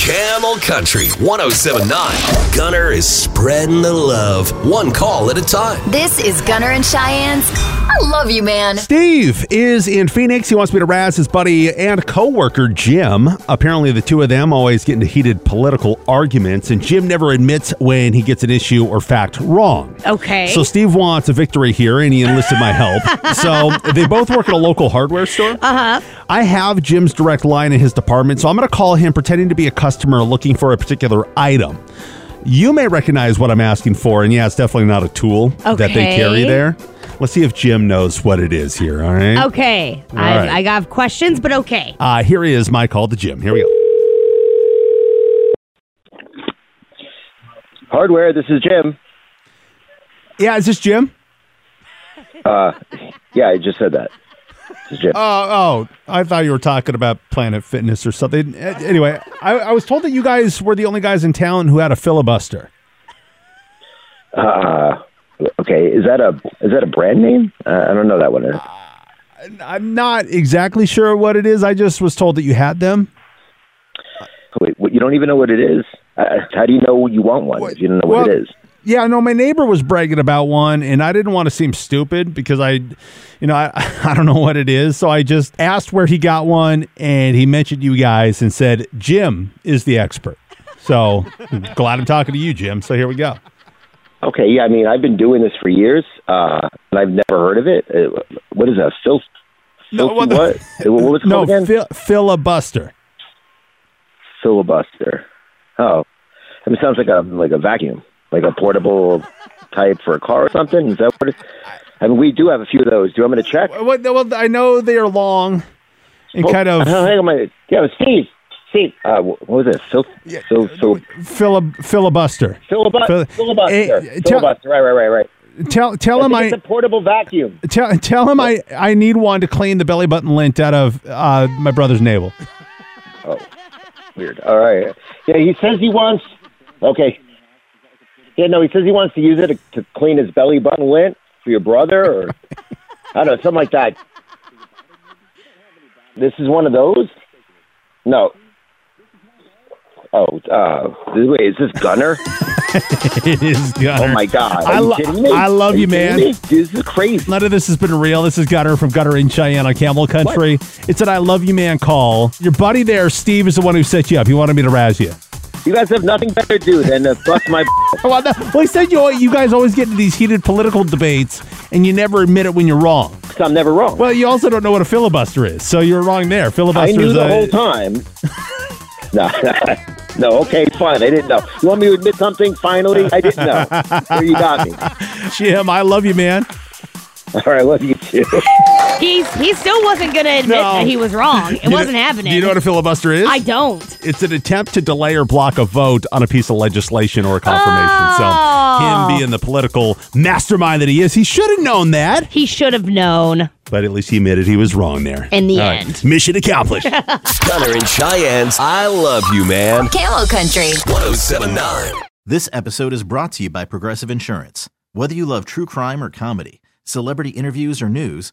Camel Country 1079. Gunner is spreading the love, one call at a time. This is Gunner and Cheyenne's I Love You Man. Steve is in Phoenix. He wants me to razz his buddy and coworker Jim. Apparently, the two of them always get into heated political arguments, and Jim never admits when he gets an issue or fact wrong. Okay. So Steve wants a victory here, and he enlisted my help. so they both work at a local hardware store. Uh Uh-huh. huh. I have Jim's direct line in his department, so I'm going to call him pretending to be a customer looking for a particular item. You may recognize what I'm asking for, and yeah, it's definitely not a tool that they Okay. carry there. Let's see if Jim knows what it is here. All right. okay. I, right. I got questions, but okay. Uh, here is my call to Jim. Here we go. Hardware, this is Jim. Yeah, is this Jim? Yeah, I just said that. This is Jim. Oh, oh, I thought you were talking about Planet Fitness or something. Uh, Anyway, I, I was told that you guys were the only guys in town who had a filibuster. okay, is that a is that a brand name? Uh, I don't know that one. I'm not exactly sure what it is. I just was told that you had them. Wait, what, you don't even know what it is. Uh, how do you know you want one if you don't know what Well, it is? Yeah, no, my neighbor was bragging about one, and I didn't want to seem stupid because I, you know, I, I don't know what it is. So I just asked where he got one, and he mentioned you guys and said, Jim is the expert. So glad I'm talking to you, Jim. So here we go. Okay, yeah, I mean, I've been doing this for years, uh, and I've never heard of it. Uh, what is that? Filth? No, filthy well, the- what? what was it No, called again? fil- filibuster. Filibuster. Oh, I mean, it sounds like a like a vacuum, like a portable type for a car or something. Is that what? It, I mean, we do have a few of those. Do you want me to check? Well, no, well, I know they are long and kind Oh, of hang on, my yeah, it was Steve. Steve, uh, wh- what was it? Phil, Phil, Phil, filib- filibuster. filibuster, uh, Phil- filibuster, Eh, tell- filibuster. Right, right, right, right. Tell tell I him think I it's a portable vacuum. tell, tell him I, I need one to clean the belly button lint out of uh, my brother's navel. Weird. All right. Yeah, he says he wants. Okay. Yeah, no, he says he wants to use it to, to clean his belly button lint for your brother, or I don't know, something like that. This is one of those. No. Oh, uh, wait, is this Gunner? it is Gunner. Oh my God! Are I you lo- kidding me? I love Are you, kidding man. me? Dude, this is crazy. None of this has been real. This is Gunner from Gunner in Cheyenne on Camel Country. It's an I Love You Man call. Your buddy there, Steve, is the one who set you up. He wanted me to razz you. You guys have nothing better to do than to bust my. Well, no- well, he said you, you guys always get into these heated political debates and you never admit it when you're wrong. Cause I'm never wrong. Well, you also don't know what a filibuster is, so you're wrong there. I Filibuster knew is the a- whole time. no, no. Okay, fine. I didn't know. You want me to admit something? Finally, I didn't know. There you got me. Jim, I love you, man. All right, love you too. He's he still wasn't gonna admit No. that he was wrong. It You know- wasn't happening. Do you know what a filibuster is? I don't. It's an attempt to delay or block a vote on a piece of legislation or a confirmation. Oh. So, him being the political mastermind that he is, he should have known that. He should have known. But at least he admitted he was wrong there. In the All right. end. Mission accomplished. Gunner and Cheyenne's I Love You Man Camel Country. 1079. This episode is brought to you by Progressive Insurance. Whether you love true crime or comedy, celebrity interviews or news,